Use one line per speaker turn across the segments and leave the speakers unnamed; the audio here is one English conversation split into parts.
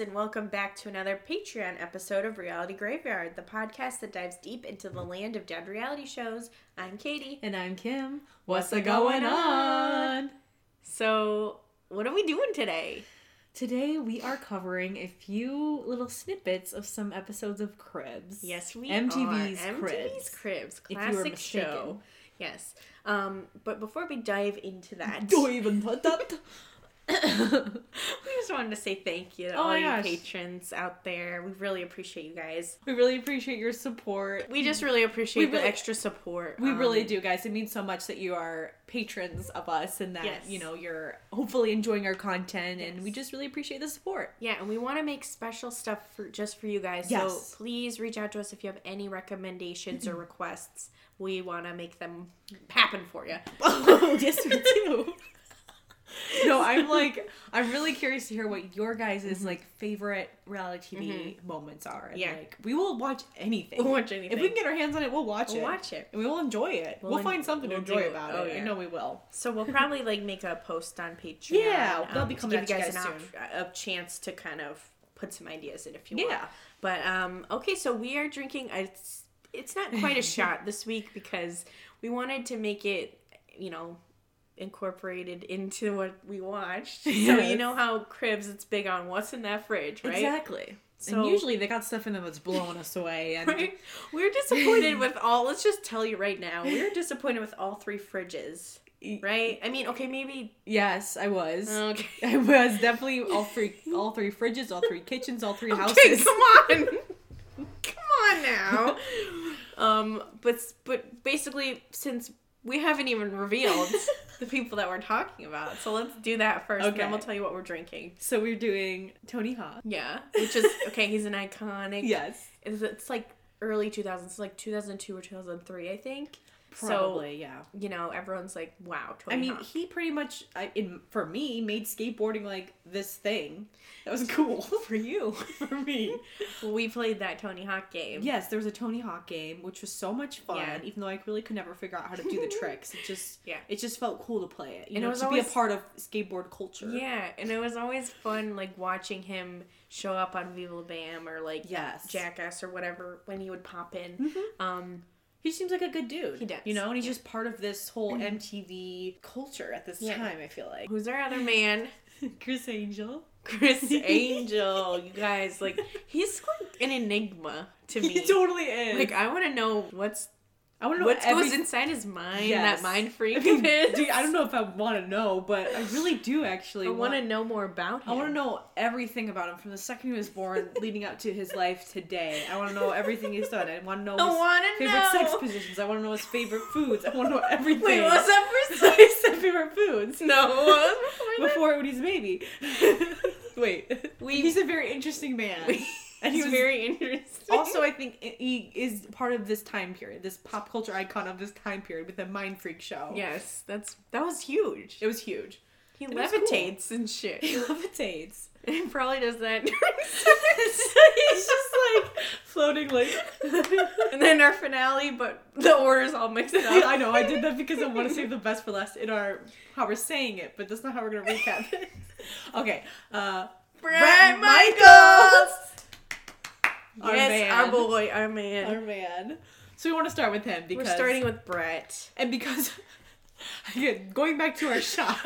and welcome back to another Patreon episode of Reality Graveyard, the podcast that dives deep into the land of dead reality shows. I'm Katie.
And I'm Kim. What's a going on?
So, what are we doing today?
Today we are covering a few little snippets of some episodes of Cribs.
Yes, we
MTV's
are.
Cribs.
MTV's Cribs,
you were
classic
mistaken.
show. Yes. Um, but before we dive into that,
Don't even put that.
we just wanted to say thank you to
Oh
all
my
you
gosh.
patrons out there. We really appreciate you guys.
we really appreciate your support.
We just really appreciate
really-
the extra support.
We
um,
really do, guys. It means so much that you are patrons of us and that,
Yes.
you know, you're hopefully enjoying our content and
Yes.
we just really appreciate the support.
Yeah, and we want to make special stuff for just for you guys.
Yes.
So please reach out to us if you have any recommendations or requests. We want to make them happen for you.
yes, we do. no, I'm like, I'm really curious to hear what your guys' like favorite reality TV moments are. And,
Mm-hmm. Yeah.
like we will watch anything.
We'll watch anything.
If we can get our hands on it, we'll watch
We'll
it.
watch it.
and we will enjoy it. We'll,
en-
find something
we'll
to enjoy
do-
about
oh,
it. I
yeah.
know we will.
So we'll probably like make a post on Patreon. um,
Yeah, they'll be
to
coming
give
at you guys
an op- a chance to kind of put some ideas in if you want.
Yeah.
But um, okay, so we are drinking. A, it's it's not quite a shot this week because we wanted to make it, you know, incorporated into what we watched. So you
Yes.
know how Cribs it's big on what's in that fridge, right?
Exactly.
So-
and usually they got stuff in them that's blowing us away. And
Right? We're disappointed with all. Let's just tell you right now, we were disappointed with all three fridges,
E
right? I mean, okay, maybe
yes, I was.
okay.
I was definitely all three, all three fridges, all three kitchens, all three
Okay,
houses.
come on. come on now. Um, but but basically, since we haven't even revealed the people that we're talking about, so let's do that first, and then
Okay.
we'll tell you what we're drinking.
So we're doing Tony Hawk.
Yeah, which is okay. He's an iconic.
Yes.
it's, it's like early 2000s, it's like 2002 or 2003, I think.
Probably, yeah.
So you know, everyone's like, "Wow,
I
Tony
mean,
Hawk.
he pretty much, I, in for me, made skateboarding like this thing. That was cool for you, for me.
Well, we played that Tony Hawk game."
yes, there was a Tony Hawk game, which was so much fun.
Yeah.
Even though I really could never figure out how to do the tricks, it just,
Yeah.
it just felt cool to play it.
And
You
it
know,
was
to be
always-
a part of skateboard culture.
Yeah, and it was always fun, like watching him show up on Viva La Bam or like
Yes.
Jackass or whatever when he would pop in.
Mm-hmm.
Um,
He seems like a good dude.
He does. Mm-hmm.
You know, and he's just part of this whole MTV culture at this
Yeah.
time. I feel like
who's our other man?
Chris Angel.
Chris Angel. You guys, like he's like an enigma to me.
He totally is.
Like I want to know what's
I want to know
what
every-
goes inside his mind.
Yes.
That mind freak.
I
of
mean,
his.
dude, I don't know if I want to know, but I really do actually.
I want
want
to know more about him.
I want to know everything about him from the second he was born, leading up to his life today. I want to know everything he's done. I want to know
I
his
wanna
favorite
know.
sex positions. I want to know his favorite foods. I want to know everything.
Wait, what's that for?
So he said favorite foods.
No, what was before that?
Before when he's a baby. Wait,
We-
he's a very interesting man, and he
he's
was
very interesting.
also, I think i- he is part of this time period, this pop culture icon of this time period with the Mind Freak show.
yes, that's that was huge.
It was huge.
He
was cool.
levitates and shit.
He levitates.
He probably does that.
He's just like floating like.
and then our finale, but the order's all mixed up.
I know I did that because I want to save the best for last in our how we're saying it, but that's not how we're gonna recap it. Okay, uh,
Brett
Bret
Michaels.
Our
yes,
man.
our boy, our man.
our man. So we want to start with him
We're
because
starting with Brett.
and because again going back to our shot.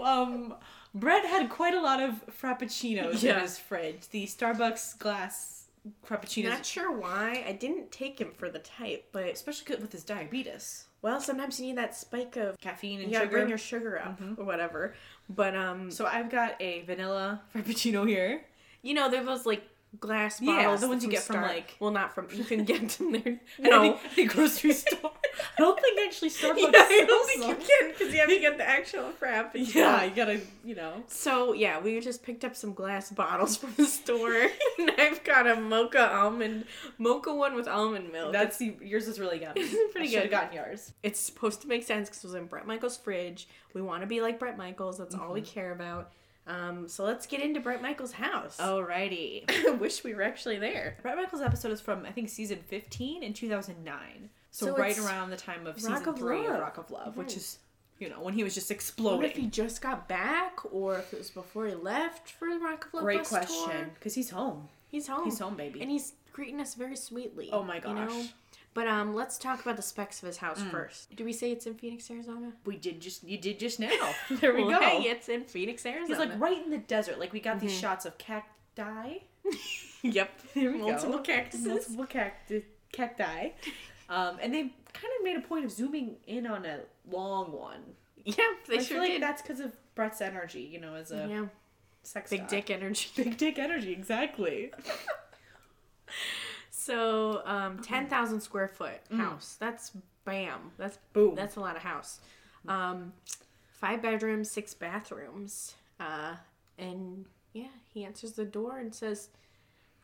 um, Brett had quite a lot of frappuccinos
Yeah.
in his fridge. The Starbucks glass frappuccinos,
Not sure why I didn't take him for the type, but
especially good with his diabetes.
well, sometimes you need that spike of
caffeine and
you gotta
sugar.
bring your sugar Mm-hmm. up or whatever. But um,
So I've got a vanilla frappuccino here.
you know, they're those like glass
Yeah,
bottles.
the ones you get from,
Star-
like-
well, not from you can get them there.
at
No,
any- any grocery store. I don't think actually Starbucks.
Yeah, I don't think
sells
you can because you have to get the actual frap.
them. Yeah, you gotta, you know.
So yeah, we just picked up some glass bottles from the store, and I've got a mocha almond mocha one with almond milk.
That's the- yours is really yummy.
Oh, pretty
I should
good.
have gotten yours.
it's supposed to make sense because it was in Brett Michaels' fridge. We want to be like Brett Michaels. That's all
Mm-hmm.
we care about. Um, so let's get into Brett Michaels' house.
Oh. Alrighty.
I wish we were actually there.
Brett Michaels' episode is from I think season fifteen in two thousand nine. So,
So
right
it's
around the time of
Rock
season
of
three
Love.
of Rock of Love, which is you know, when he was just
What if
exploding.
he just got back, or if it was before he left for the Rockefeller
Great
Bus
question.
Tour?
Because he's home.
He's home.
He's home, baby.
Oh. and he's greeting us very sweetly.
Oh my gosh. Mm.
But um, let's talk about the specs of his house first. Do we say it's in Phoenix, Arizona?
we did just you did just now. There we
Well,
go.
Hey, it's in Phoenix, Arizona.
He's like right in the desert. Like we got these
Mm-hmm.
shots of cacti,
yep, multiple
go.
cactuses.
multiple cacti, cacti, um, and they kind of made a point of zooming in on a long one.
Yep, they
I
sure
feel like
did.
that's because of Brett's energy, you know, as a
yeah,
sex
big
god.
dick energy.
big dick energy, exactly.
So, um, ten thousand square foot house. That's bam. That's
Mm. Boom.
That's a lot of house. Um, five bedrooms, six bathrooms. Uh, and yeah, he answers the door and says,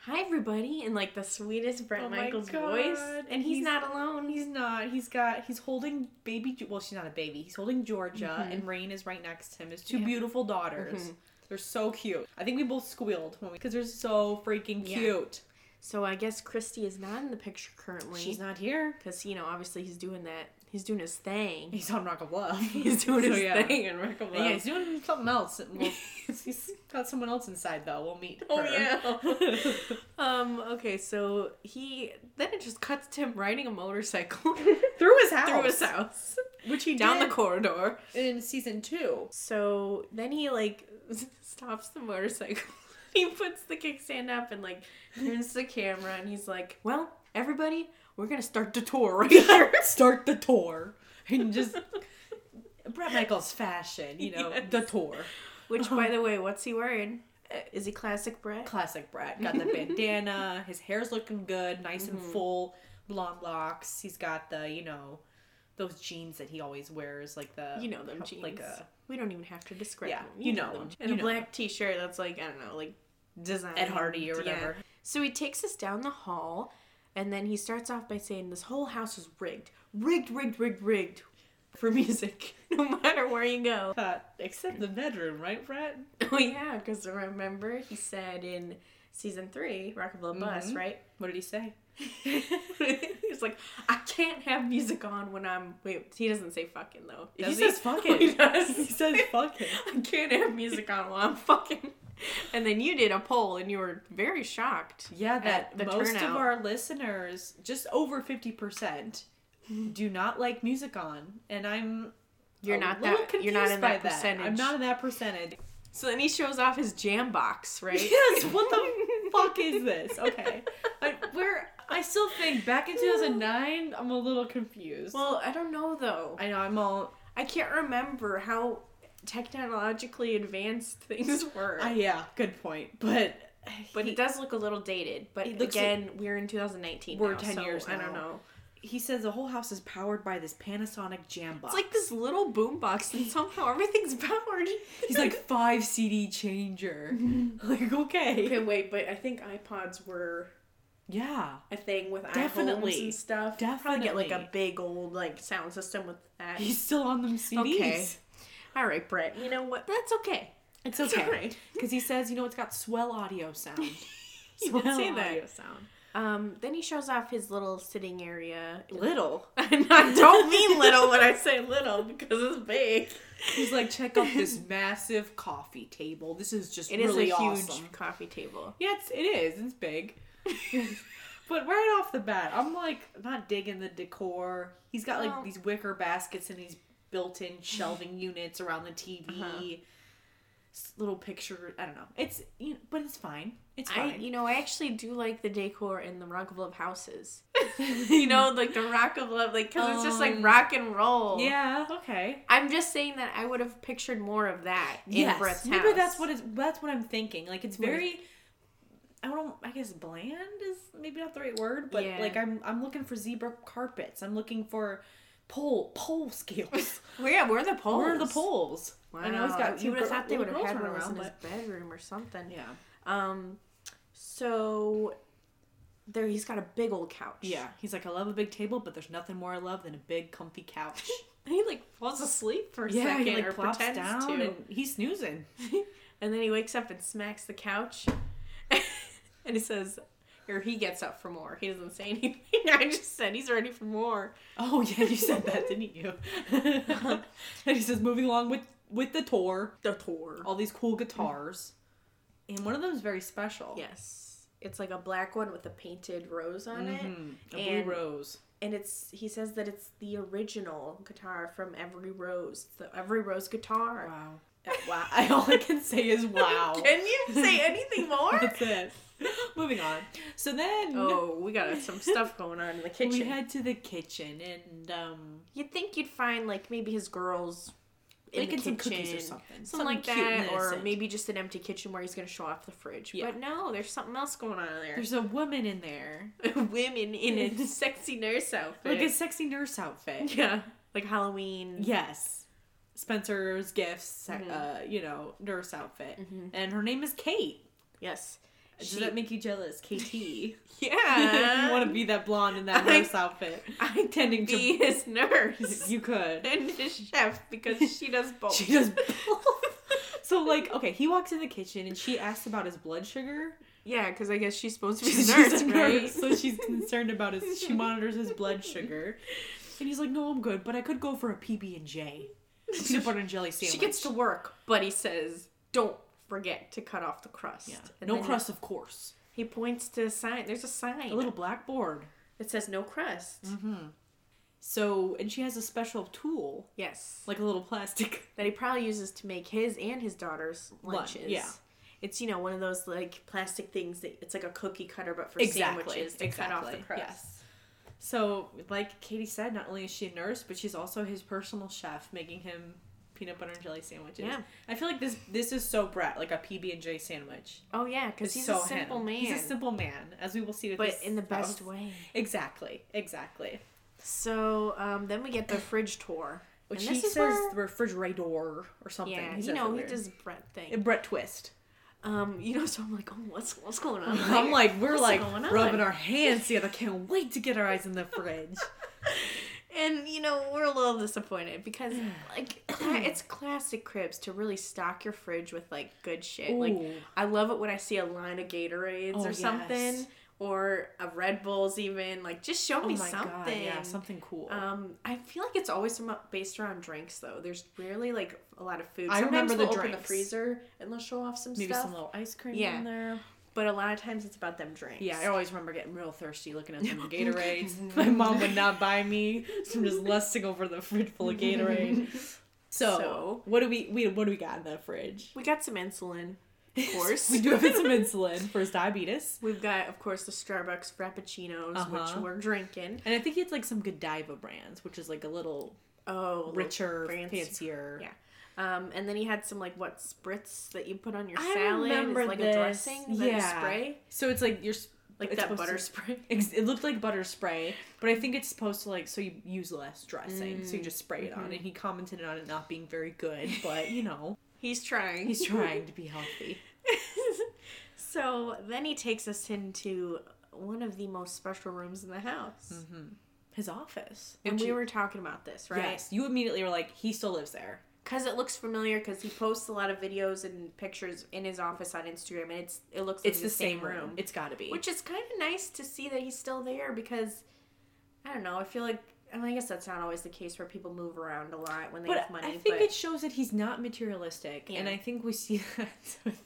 "Hi, everybody!" in like the sweetest Brett
Oh my
Michaels
God,
voice. And he's,
he's-
not alone. He's
He's not. He's got. He's holding baby. Ge- Well, she's not a baby. He's holding Georgia,
Mm-hmm.
and Rain is right next to him. His two beautiful daughters. They're so cute. I think we both squealed when we because they're so freaking
Yeah.
cute.
so I guess Christy is not in the picture currently.
She's not here.
because you know obviously he's doing that. He's doing his thing.
He's on Rock of Love.
He's doing
So,
his
Oh, yeah.
thing in Wreck of
Yeah,
Love.
he's doing something else. Well, he's got someone else inside though. We'll meet.
Oh
her.
yeah. um. Okay. So he then it just cuts to him riding a motorcycle
through his house.
through his house
which he
down
did
the corridor.
in season two.
So then he like stops the motorcycle. he puts the kickstand up and like turns the camera and he's like, "Well, everybody, we're gonna start the tour right here."
Start the tour and just Brett Michaels fashion. You know
Yes.
the tour.
Which, by the way, what's he wearing? Uh, Is he classic Brett?
classic Brett. Got the bandana. His hair's looking good, nice and
Mm-hmm.
full, blonde locks. He's got the you know, those jeans that he always wears, like the
You know them jeans.
like a
we don't even have to describe
Yeah,
them.
you know them.
And
You
a
know
black T-shirt that's like I don't know, like design
Ed Hardy or whatever.
So he takes us down the hall, and then he starts off by saying, "This whole house is rigged, rigged, rigged, rigged, rigged, for music. no matter where you go."
Uh, except the bedroom, right, Brett?
Oh yeah, because remember he said in season three, Rockabilly Bus,
Mhm.
right?
What did he say?
He's like, I can't have music on when I'm. Wait, he doesn't say fucking though.
He
Does
says fucking.
He does.
He says fucking.
I can't have music on while I'm fucking. And then you did a poll, and you were very shocked.
Yeah,
At
that
the
most
turnout.
of our listeners, just over fifty percent, do not like music on, and I'm
You're
a
not
little
that. You're not
confused
in
by
that percentage.
I'm not in that percentage.
So then he shows off his jam box, right?
Yes, what the fuck is this? Okay. I, we're, I still think back in 2009, I'm a little confused.
Well, I don't know though.
I know, I'm all.
I can't remember how technologically advanced things were.
I, uh, yeah, good point. But.
but
he,
it does look a little dated. But
It looks
again, we're in 2019.
We're
now,
10
so
years
I don't
now.
know.
he says the whole house is powered by this Panasonic jam box.
It's like this little boombox, and somehow everything's powered.
He's like five CD changer. like, okay.
okay, wait, but I think iPods were
Yeah.
a thing with
Definitely.
iPhones and stuff.
Definitely.
Probably get like a big old like sound system with that.
He's still on them CDs.
Okay. All right, Brett. You know what? That's okay.
It's
It's all
okay.
right.
Because he says, you know, it's got swell audio sound.
You did say that.
audio sound.
Um, then he shows off his little sitting area.
Little.
And I don't mean little when I say little because it's big.
He's like, check out this massive coffee table. This is just
It is
really
a
awesome.
huge coffee table.
Yeah, it's, it is. It's big. but right off the bat, I'm like not digging the decor. He's got like
No.
these wicker baskets and these built-in shelving units around the TV.
Uh-huh.
S- Little picture. I don't know. It's you know, but it's fine. It's
I,
fine.
you know, I actually do like the decor in the Rock of Love houses. you know, like the Rock of Love, like because it's just like
Um,
rock and roll.
yeah. Okay.
I'm just saying that I would have pictured more of that in
yes.
Brett's house.
Maybe that's what it's. That's what I'm thinking. Like it's
Right.
very. I don't. I guess bland is maybe not the right word, but
Yeah.
like I'm. I'm looking for zebra carpets. I'm looking for pole pole scales.
Well, yeah, where are the poles?
Where are the poles?
Wow.
I know it's got two
you would have
gir-
thought they would
little
have had
girls
one
running
around, in his
around,
bedroom or something.
Yeah.
Um, so there he's got a big old couch.
Yeah. He's like, I love a big table, but there's nothing more I love than a big comfy couch.
And he like falls asleep for a
yeah,
second
he like
or
plops
pretends
down
to,
and he's snoozing.
and then he wakes up and smacks the couch, and he says, or he gets up for more. He doesn't say anything. I just said he's ready for more.
Oh yeah, you said that, didn't you? and he says, moving along with with the tour,
The tour.
all these cool guitars, and one of them is very special.
Yes. It's like a black one with a painted rose on it.
Mhm, a
and-
blue rose.
And it's he says that it's the original guitar from Every Rose. The Every Rose guitar.
Wow. Uh, wow. I- All I can say is wow.
Can you say anything more?
That's it. Moving on. So then
oh, we got some stuff going on in the kitchen.
we head to the kitchen and um
You'd think you'd find like maybe his girls in
like
the
in some
kitchen,
cookies or
something,
something. Something
like
cute
that,
and
or
innocent.
maybe just an empty kitchen where he's gonna show off the fridge.
Yeah.
But no, there's something else going on there.
there's a woman in there.
women in a sexy nurse outfit.
Like a sexy nurse outfit.
yeah, like Halloween.
Yes. Spencer's gifts, sec-
Mhm.
uh, you know, nurse outfit.
Mhm.
And her name is Kate.
Yes.
Does
She-
that make you jealous? KT. you
yeah.
want to be that blonde in that
I-
nurse outfit.
I
tending
tending to be his nurse
You could.
and his chef because she does both.
She does both. so, like, okay, he walks in the kitchen and she asks about his blood sugar.
yeah, because I guess she's supposed to be
She's
the
a
nurse,
nurse,
right?
so she's concerned about his. She monitors his blood sugar, and he's like, "No, I'm good, but I could go for a PB and J, peanut butter and jelly sandwich.
She gets to work, but he says, "Don't forget to cut off the crust."
yeah.
And
no
then
crust, of course.
He points to a sign. There's a sign.
A little Mm-hmm. blackboard.
It says no crust.
So, and she has a special tool,
Yes.
like a little plastic.
That he probably uses to make his and his daughter's
Lunch,
lunches.
yeah.
It's you know one of those like plastic things that it's like a cookie cutter but for
Exactly,
sandwiches to cut off the
exactly,
crust.
yes. So, like Katie said, not only is she a nurse, but she's also his personal chef, making him peanut butter and jelly sandwiches.
Yeah.
I feel like this this is so Brett, like a PB and J sandwich.
Oh yeah, because
It's
he's
so
a simple
him.
man.
He's a simple man, as we will see. With
but
this
in the best
house.
way.
Exactly, exactly.
So um, then we get the fridge tour.
Which
And
he
this is
says
where-
the refrigerator or something.
Yeah,
he
you
says
know
it
he
weird.
does Brett thing.
And Brett Twist.
Um, you know, so I'm like, oh, what's what's going on?
I'm like, we're
What's
like
going on?
rubbing our hands together. Can't wait to get our eyes in the fridge.
And you know, we're a little disappointed because like it's classic cribs to really stock your fridge with like good shit. Like
Ooh.
I love it when I see a line of Gatorades
Oh,
or something
yes.
or a Red Bulls even. Like just show
oh
me
my
something.
god, yeah, something cool.
um, I feel like it's always some- based around drinks though. There's rarely like a lot of food.
I
Sometimes
remember the
they'll open the
drinks.
freezer and they'll show off some
Maybe
stuff.
some little ice cream
Yeah.
in there.
But a lot of times it's about them drinks.
Yeah, I always remember getting real thirsty looking at some Gatorades. My mom would not buy me, so I'm just lusting over the fridge full of Gatorade. So,
So-
what do we, we what do we got in that fridge?
we got some insulin, of course.
we do have some insulin for his diabetes,
We've got, of course, the Starbucks Frappuccinos,
Uh-huh.
which we're drinking.
and I think he had like some Godiva brands, which is like a little
Oh,
richer,
fancy.
fancier.
Yeah. Um, and then he had some like what spritz that you put on your
I
salad,
remember
it's like
this.
a dressing, Is that a
Yeah.
spray,
So it's like you're s-
like
it's
that
supposed
butter
to-
spray.
Ex- It looked like butter spray, but I think it's supposed to like so you use less dressing,
Mm.
so you just spray it
Mm-hmm.
on. And he commented on it not being very good, but you know
He's trying.
he's trying to be healthy.
so then he takes us into one of the most special rooms in the house,
His office,
and
which
we
he-
were talking about this, right?
yes, you immediately were like, he still lives there.
Because it looks familiar. Because he posts a lot of videos and pictures in his office on Instagram, and it's it looks like
It's the, same room.
room.
It's got to be.
which is kind of nice to see that he's still there because I don't know. I feel like I, mean, I guess that's not always the case where people move around a lot when they
but
have money.
I think
but
it shows that he's not materialistic, and
Yeah.
I think we see that with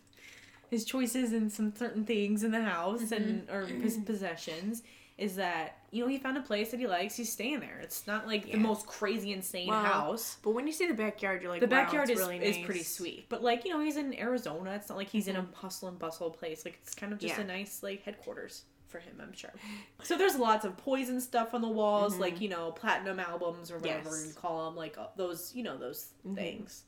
his choices in some certain things in the house
Mm-hmm.
and or his possessions is that you know he found a place that he likes. He's staying there. It's not like
Yeah.
the most crazy insane
Well,
house.
But when you see the backyard, you're like,
The
wow,
backyard
it's
is,
really
is
nice. Mm-hmm.
pretty sweet, but like you know, he's in Arizona. It's not like he's in a hustle and bustle place. Like it's kind of just
Yeah.
a nice like headquarters for him, I'm sure. so there's lots of poison stuff on the walls, like you know, platinum albums or
Mm-hmm.
whatever
Yes. Mm-hmm.
you call them, like uh, those you know those things.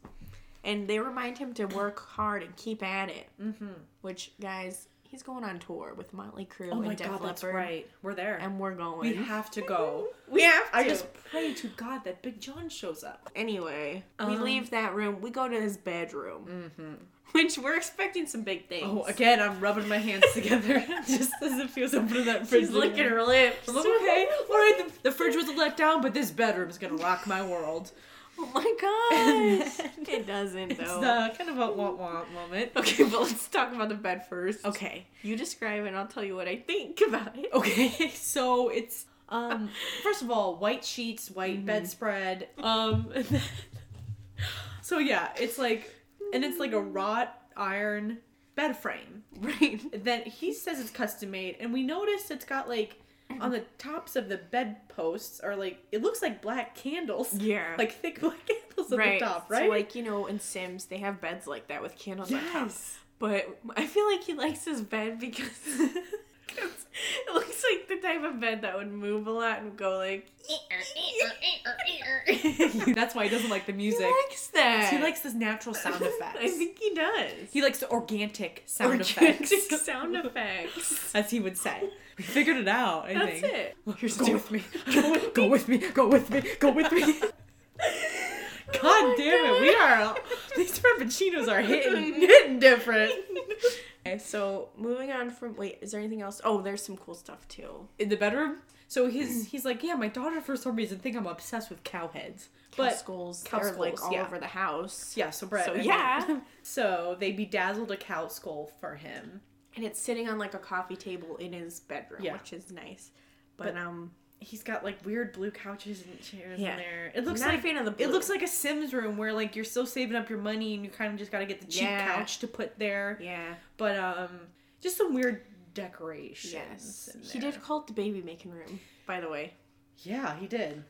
And they remind him to work hard and keep at it.
Mm-hmm.
Which guys, he's going on tour with Motley Crue
Oh
and
my
Def
god, that's
Leppard,
right. We're there.
and we're going.
we have to go.
We have
I just pray to God that Big John shows up.
anyway. we
Um,
leave that room. We go to his bedroom, which we're expecting some big things.
Oh, again, I'm rubbing my hands together just as if he was opening that fridge.
She's licking her lips.
I'm like, okay, all right, the, the fridge was let down, but this bedroom's gonna rock my world.
Oh my gosh. it doesn't
It's
though.
uh, kind of a womp womp moment.
Okay, but let's talk about the bed first.
Okay. Oh.
You describe and I'll tell you what I think about it.
Okay, so it's um first of all, white sheets, white bedspread. Um and then- So yeah, it's like and it's like a wrought iron bed frame.
Right.
Then he says it's custom made and we notice it's got like on the tops of the bed posts are like it looks like black candles.
Yeah.
Like thick black candles at
right.
the top, right?
So like, you know, in Sims they have beds like that with candles on top.
yes.
But I feel like he likes his bed because 'cause it looks like the type of bed that would move a lot and go like
That's why he doesn't like the music.
He likes that.
He likes this natural sound effects.
I think he does.
He likes the organic sound
Organic
effects,
sound effects.
as he would say. We figured it out. I
That's
think.
it.
You're
Here's
go
two.
with me. Go with me. Go with me. Go with me. God
Oh my
damn it!
God.
We are these frappuccinos are hitting hitting different.
Okay, so moving on from wait, is there anything else? Oh, there's some cool stuff too.
In the bedroom, so he's he's like, yeah, my daughter for some reason think I'm obsessed with cow heads,
Cow
but
skulls,
cow
they're like
skulls,
all
yeah.
over the house.
yeah, so Brett.
So,
I mean-
yeah.
so they bedazzled a cow skull for him.
and it's sitting on like a coffee table in his bedroom,
Yeah.
which is nice. But,
But-
um,
he's got like weird blue couches and chairs
Yeah.
in there. It looks
not
like
a fan of the.
it
blue.
looks like a Sims room where like you're still saving up your money and you kind of just got to get the cheap
Yeah.
couch to put there.
yeah,
But um, just some weird decorations.
yes.
in
He
there.
did call it the baby making room, by the way.
Yeah, he did.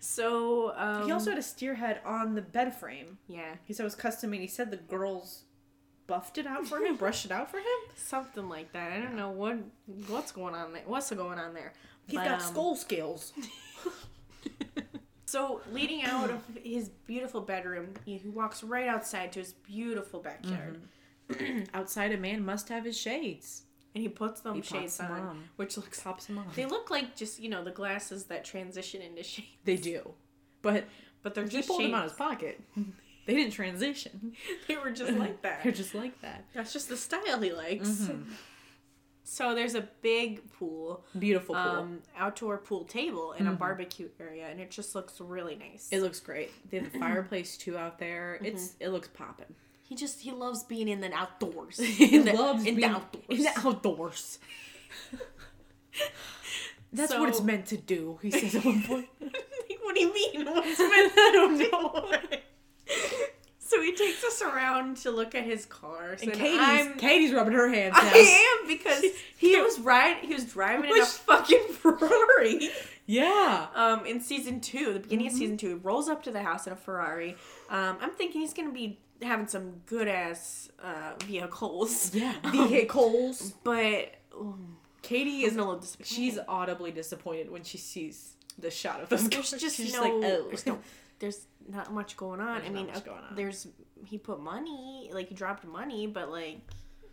So um,
he also had a steer head on the bed frame.
yeah,
He said it was custom made. He said the girls buffed it out for him, brushed it out for him.
something like that. I don't know what what's going on there. What's going on there?
He's
But,
got
um,
skull scales.
So leading out of his beautiful bedroom, he he walks right outside to his beautiful backyard,
Mm-hmm. Outside, a man must have his shades.
and he puts them
He pops
shades
them
on,
on.
which looks
Pops them on.
they look like just you know the glasses that transition into shades,
They do, but
but they're
he
just
pulled them out
shades.
of his pocket. They didn't transition.
They were just like that.
They're just Mm-hmm. like that.
That's just the style he likes. So there's a big pool,
Beautiful pool. Mm-hmm.
um, outdoor pool table, and a barbecue area, and it just looks really nice.
it looks great. They have a fireplace too out there. It's it looks popping.
he just he loves being in the outdoors.
He
in the,
loves
in
being
the outdoors.
In the outdoors. That's
So-
what it's meant to do. He says at one point.
Like, what do you mean? What's my
I don't know.
So he takes us around to look at his car. So
And Katie's
I'm,
Katie's rubbing her hands. Now.
I am because he was riding. He was driving in a
Which-
fucking Ferrari.
Yeah.
Um, in season two, the beginning of season two, he rolls up to the house in a Ferrari. Um, I'm thinking he's gonna be having some good ass uh, vehicles,
Yeah. Vehicles.
but um,
Katie
he
is
isn't a little disappointed.
she's audibly disappointed when she sees the shot of those
there's
cars.
just
She's
no,
oh.
there's no- there's not much going on.
There's
I mean,
not much
okay,
going on.
there's he put money, like he dropped money, but like,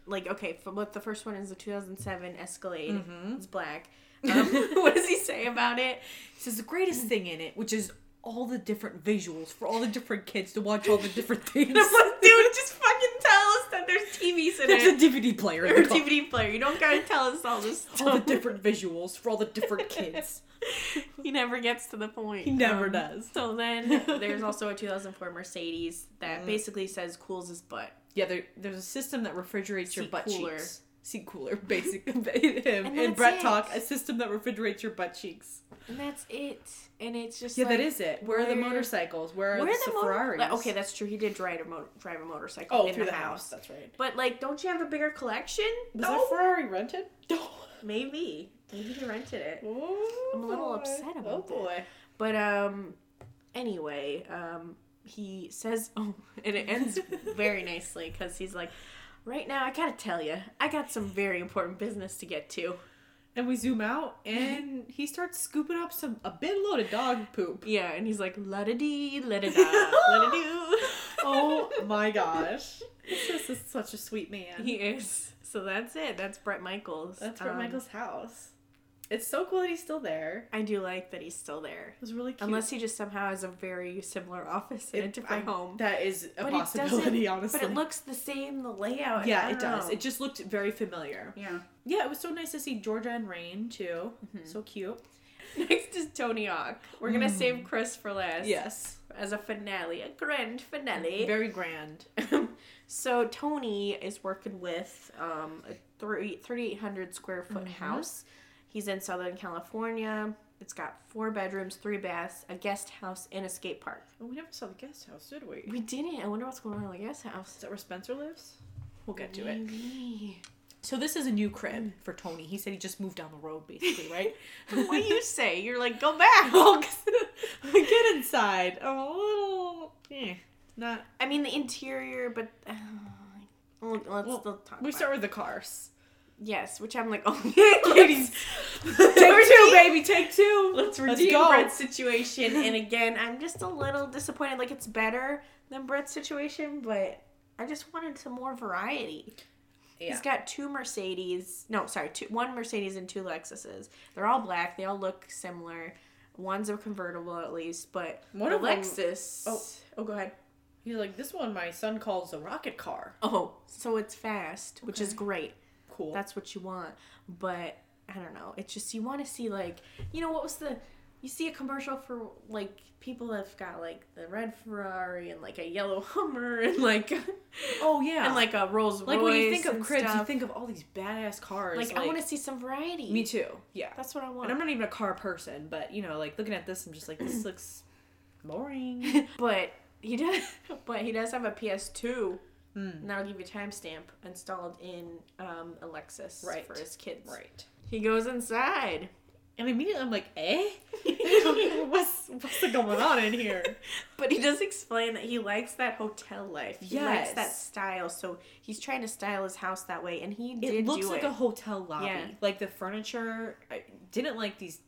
like okay, for what the first one is the 2007 Escalade.
Mm-hmm.
It's black. Um, what does he say about it?
says the greatest thing in it, which is all the different visuals for all the different kids to watch all the different things.
And I'm like, dude, just fucking tell us that there's TVs in
There's
it.
a DVD player
or
in the car.
DVD player. You don't gotta tell us all this stuff.
All the different visuals for all the different kids.
he never gets to the point.
He never
Um,
does.
So then there's also a 2004 Mercedes that
Mm.
basically says cools his butt.
Yeah, there, there's a system that refrigerates your
Seat
butt
cooler.
cheeks. Seat cooler, basically. him and,
that's
Brett
it.
talk a system that refrigerates your butt cheeks.
And that's it. And it's just
Yeah,
like,
that is it. Where are the
where-
motorcycles? Where are
Where are
the,
the motor-
Ferraris?
like, Okay, that's true. He did drive a mo- drive a motorcycle
oh,
in
through
the, house.
That's right.
But like, don't you have a bigger collection?
Was that Ferrari rented? No.
Maybe. Maybe he rented it.
Oh,
I'm a little
boy.
upset about
Oh
that.
boy.
But um anyway, um he says oh and it ends very nicely cuz he's like right now I got to tell you. I got some very important business to get to.
And we zoom out, and he starts scooping up some a bin load of dog poop.
Yeah, and he's like la da dee, la da da, la da doo.
Oh my gosh. This is just such a sweet man.
He is. So that's it. That's Brett Michaels.
That's Brett
Um,
Michaels' house. It's so cool that he's still there.
I do like that he's still there.
It was really cute.
Unless he just somehow has a very similar office in a
It-
different
I-
home.
That is a
But it doesn't-
possibility, honestly.
But it looks the same, the layout.
yeah,
I
it
don't
does.
know.
It just looked very familiar.
yeah.
Yeah, it was so nice to see Georgia and Rain
Mm-hmm.
too. So cute.
Mm. Next is Tony Hawk. We're gonna save Chris for last.
Yes.
as a finale, a grand finale.
Very grand.
so Tony is working with um, a three- 3,800 square foot house. He's in Southern California. It's got four bedrooms, three baths, a guest house, and a skate park.
Oh, we never saw the guest house, did we?
We didn't. I wonder what's going on in the guest
Is
house.
that where Spencer lives? We'll get to it.
Maybe.
Mm. So this is a new crib for Tony. He said he just moved down the road, basically, right?
what do you say? You're like, go back.
Oh, 'cause- get inside. I'm a little, eh, not.
I mean, the interior, but. Uh, well, let's
Well,
still talk.
We
about
start with the cars.
it. Yes, which I'm like, oh, yeah, Katie's.
take two, baby. Take two.
Let's redeem Brett's situation. And again, I'm just a little disappointed. Like, it's better than Brett's situation, but I just wanted some more variety. He's
Yeah.
got two Mercedes. No, sorry, two, one Mercedes and two Lexuses. They're all black. They all look similar. One's a convertible, at least, but
One
the
of them-
Lexus.
Oh.
oh, go ahead.
He's like, this one my son calls a rocket car.
Oh, so it's fast, which is great.
Cool.
That's what you want. But I don't know. It's just you want to see like you know what was the you see a commercial for like people that have got like the red Ferrari and like a yellow Hummer and like
oh yeah.
and like a Rolls Royce.
like when you think of
and
cribs, you
stuff.
think of all these badass cars.
like, I want to see some variety.
Me too. Yeah.
That's what I want.
And I'm not even a car person, but you know, like looking at this, I'm just like, this looks boring.
but he does. But he does have a PS2.
Hmm.
And that'll give you a timestamp installed in um, Alexis
Right.
for his kids.
right.
He goes inside.
And immediately I'm like, eh? what's what's going on in here?
But he does explain that he likes that hotel life. He likes
Yes.
that style. So he's trying to style his house that way, and he
It
did
looks
do
like
it.
a hotel lobby.
Yeah.
Like the furniture. I didn't like these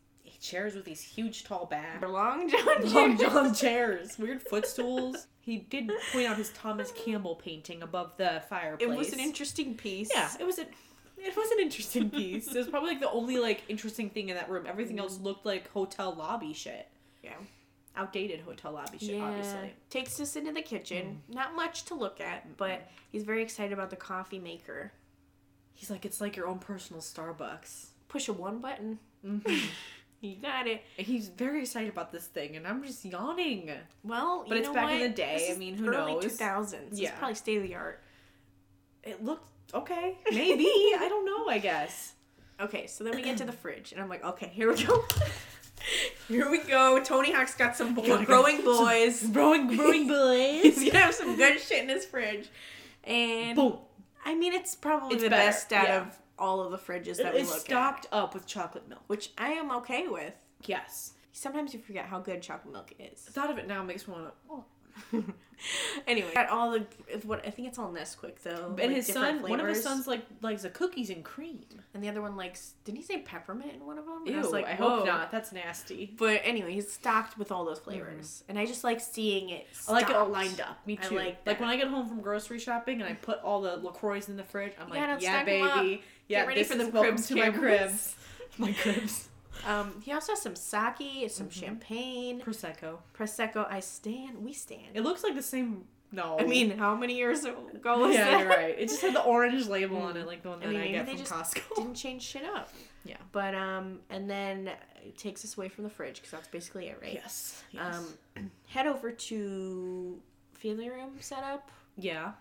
chairs with these huge tall backs.
They're long john
Long
chairs.
John chairs, weird footstools. He did point out his Thomas Campbell painting above the
It
fireplace.
was an interesting piece.
Yeah, it was a it was an interesting piece. it was probably like the only like interesting thing in that room. Everything else looked like hotel lobby shit.
Mm. Yeah.
Outdated hotel lobby shit,
Yeah.
obviously.
Takes us into the kitchen.
Mm.
Not much to look at, but he's very excited about the coffee maker.
He's like, it's like your own personal Starbucks.
Push a one button. Mm-hmm.
Mhm.
you got it.
And he's very excited about this thing, and I'm just yawning.
Well,
But
you
it's
know
back in
what?
the day.
This
I
is
mean, who
early
knows?
2000s. It's
Yeah.
probably state of the art.
It looked okay. Maybe. I don't know, I guess.
Okay, so then we get to the fridge, and I'm like, okay, here we go. here we go. Tony Hawk's got some boy,
Gotta go.
growing boys.
Growing, growing
He's
boys.
gonna have some good shit in his fridge. And
Boom.
I mean, it's probably
It's
the
better,
best out
yeah.
of all of the fridges that we
It's
look at,
stocked up with chocolate milk.
which I am okay with.
Yes.
Sometimes you forget how good chocolate milk is.
The thought of it now makes me want to. Oh.
anyway, got all the what I think it's all Nesquik though.
And
like
his son,
different
one of his
flavors.
sons, like likes the cookies and cream.
and the other one likes. Didn't he say peppermint in one of them?
Ew,
And I was like,
I
whoa.
hope not. That's nasty.
But anyway, he's stocked with all those flavors, and I just like seeing it.
Mm-hmm. I like it all
stocked.
lined up. Me
I
too.
like
Like,
that.
when I get home from grocery shopping and I put all the Lacroix in the fridge, I'm
You
like,
gotta
yeah,
stack 'em up.
baby, yeah,
Get ready
this
for them
is welcome
cribs
to my
cameras.
cribs, my cribs,
Um, he also has some sake,
Mm-hmm.
some champagne,
prosecco.
prosecco. I stand. We stand.
It looks like the same. No,
I mean, how many years ago was
yeah,
that? Mm.
you're right. It just had the orange label on it, like the one
I
that I,
mean, maybe
get
they
from
just
Costco.
Didn't change shit up.
Yeah.
But um, and then it takes us away from the fridge because that's basically it, right?
Yes. yes.
Um, head over to family room setup.
yeah.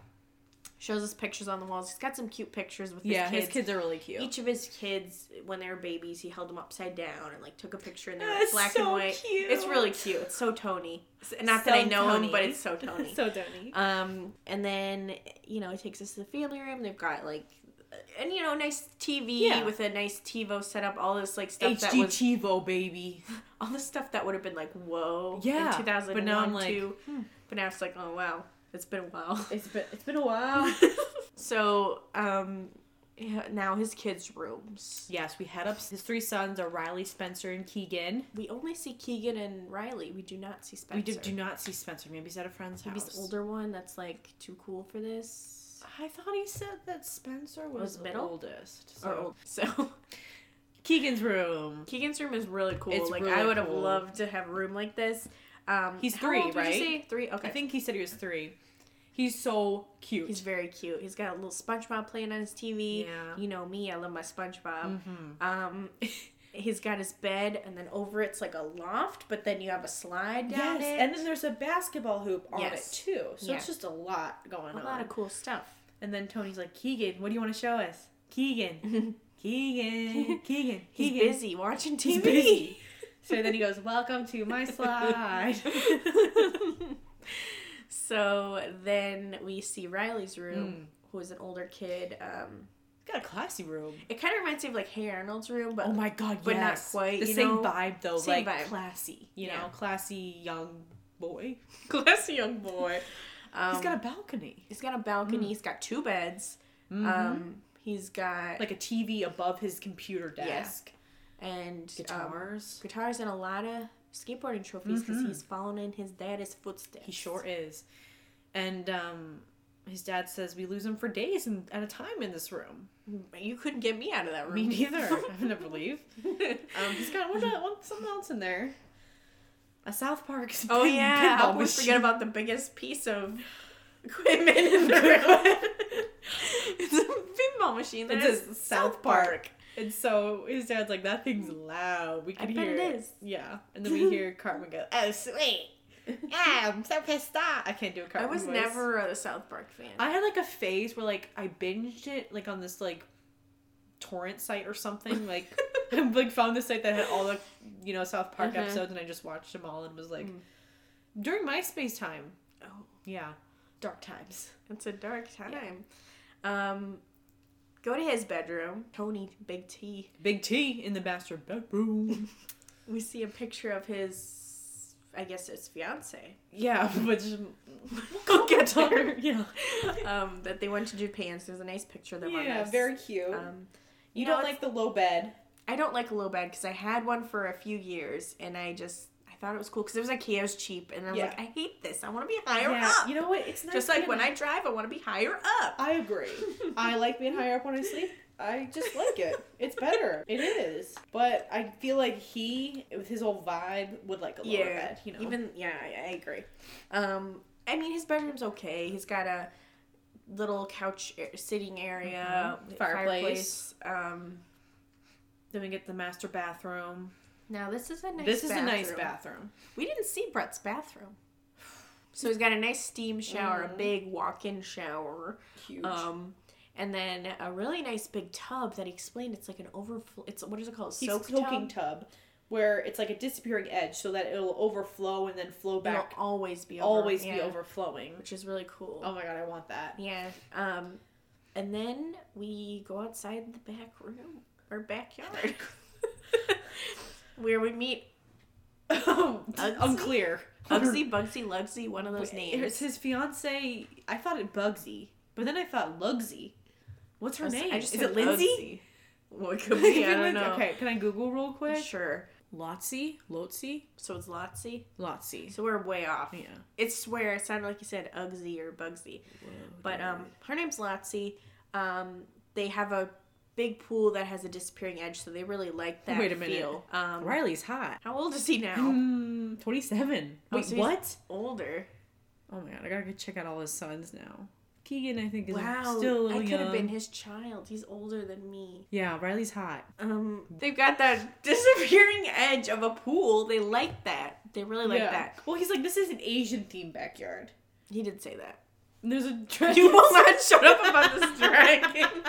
Shows us pictures on the walls. He's got some cute pictures with his
Yeah.
kids.
His kids are really cute.
Each of his kids, when they were babies, he held them upside down and like took a picture in
Ah,
their
it's
black and
so
white.
cute.
It's really cute. It's so Tony. It's- Not that I
So
know him, but
Tony.
it's so Tony.
so Tony.
um, and then you know he takes us to the family room. They've got like, and you know, nice TV
Yeah.
with a nice TiVo setup. All this like Um, stuff that
HD
was
TiVo baby.
all this stuff that would have been like whoa,
Yeah,
in two thousand.
but now I'm like, hmm.
but now it's like oh wow, it's been a while.
It's been it's been a while.
so um, yeah, now his kids' rooms.
Yes, we head up. His three sons are Riley, Spencer, and Keegan.
We only see Keegan and Riley. We do not see Spencer.
We do, do not see Spencer. Maybe he's at a friend's
Maybe
house.
he's the older one that's like too cool for this.
I thought he said that Spencer was,
Was
the
middle?
oldest.
Or
so-
old. So
Keegan's room.
Keegan's room is really cool.
It's
like I
really
would have
cool.
loved to have a room like this. Um,
He's
how
three,
old would you
right?
say? Three. Okay.
I think he said he was three. He's so cute.
he's very cute. He's got a little SpongeBob playing on his TV.
Yeah.
Mm-hmm. You know me. I love my SpongeBob.
Mhm.
Um, he's got his bed, and then over it's like a loft, but then you have a slide down
Yes,
it.
and then there's a basketball hoop on
Yes.
it too. So
Yeah.
it's just a lot going
a
on.
lot of cool stuff.
and then Tony's like, Keegan, what do you want to show us? Keegan, Keegan, Keegan,
He's
Keegan.
busy watching TV.
He's busy. So then he goes, "Welcome to my slide."
so then we see Riley's room,
Mm.
who is an older kid. Um,
Got a classy room.
it kind of reminds me of like Hey Arnold's room, but
Oh my god,
But not
yes.
quite,
the
you
same
know?
vibe though,
Same
like
vibe.
classy. You
Yeah.
know, classy young boy.
classy young boy. Um,
He's got a Hmm. balcony,
he's got a balcony. He's got two beds. Um, he's got
Mm-hmm. like a TV above his computer desk,
and um,
guitars.
guitars and a lot of skateboarding trophies because
Mhm.
he's following in his dad's footsteps.
he sure is, and um, his dad says we lose him for days and at a time in this room.
You couldn't get me out of that room.
Me neither. I never leave. Um, he's got what, what, something else in there. A South Park.
Oh
pin-
yeah, how
pinball
could we
machine.
forget about the biggest piece of equipment in the room? it's a pinball machine. That
It
is
says South Park. And so his dad's like, that thing's loud. We
I
can
bet
hear
it is.
Yeah. And then we hear Cartman go, oh, sweet. Yeah, I'm so pissed off. I can't do a
I
Cartman
was
voice.
never a South Park fan.
I had like a phase where like I binged it like on this like torrent site or something. Like I like found this site that had all the you know South Park
Uh-huh.
episodes and I just watched them all and was like during MySpace time.
oh,
Yeah. Dark times.
it's a dark time. Um, go to his bedroom. Tony, Big T.
Big T in the master bedroom.
We see a picture of his. I guess his fiance.
yeah, which
Go get her.
Yeah.
Um, that they went to Japan. So there's a nice picture of them on
Yeah,
this.
very cute.
Um,
you
you know,
don't
it's-
like the low bed.
I don't like a low bed because I had one for a few years and I just I thought it was cool because it was IKEA, it was cheap, and I was
Yeah.
like, I hate this. I want to be higher up.
You know what? It's nice
just like
being-
when I drive, I want to be higher up.
I agree. I like being higher up when I sleep. I just like it. It's better. It is. But I feel like he, with his whole vibe, would like a lower bed. You know.
Even yeah, I, I agree. Um, I mean, his bedroom's okay. He's got a little couch a- sitting area,
Mhm. Fireplace.
Mm-hmm. fireplace. Um,
then we get the master bathroom.
now this is a nice.
this is a nice
bathroom.
bathroom.
We didn't see Brett's bathroom. So he's got a nice steam shower, a big walk-in shower.
Huge.
Um, and then a really nice big tub that he explained it's like an overflow. It's what is it called?
He's
Soak
soaking
tub.
tub. where it's like a disappearing edge, so that it'll overflow and then flow
It'll
back.
always be over,
always be
yeah,
overflowing.
which is really cool.
Oh my god, I want that.
Yeah. Um, and then we go outside the back room or backyard, where we meet
Unclear.
Bugsy, Bugsy, Lugsy, one of those
It's
names.
his fiance. I thought it Bugsy, but then I thought Lugsy. What's her
I was-
name?
I just
Is
said
it Lindsay?
Lugsy. Well, it could be. I
Even
don't
Lindsay-
know.
Okay, can I Google real quick?
Sure.
Lotzi, Lotzi,
So it's Lotsy.
Lotzi.
So we're way off.
Yeah.
It's where it sounded like you said Ugsy or Bugsy. But um, her name's Lotzi. Um, they have a big pool that has a disappearing edge, so they really like that
Wait a minute.
feel. Um,
Riley's hot.
How old is he now?
Mm, Twenty-seven.
Oh,
Wait,
so he's-
what?
Older.
Oh my god, I gotta go check out all his sons now. Keegan, I think, is
Wow.
still a little
I could
young.
have been his child. He's older than me.
Yeah, Riley's hot.
Um,
Mm.
they've got that disappearing edge of a pool. They like that. They really like that.
Well, he's like, this is an Asian themed backyard.
He did say that.
And there's a dress.
You will not shut up about this dragon.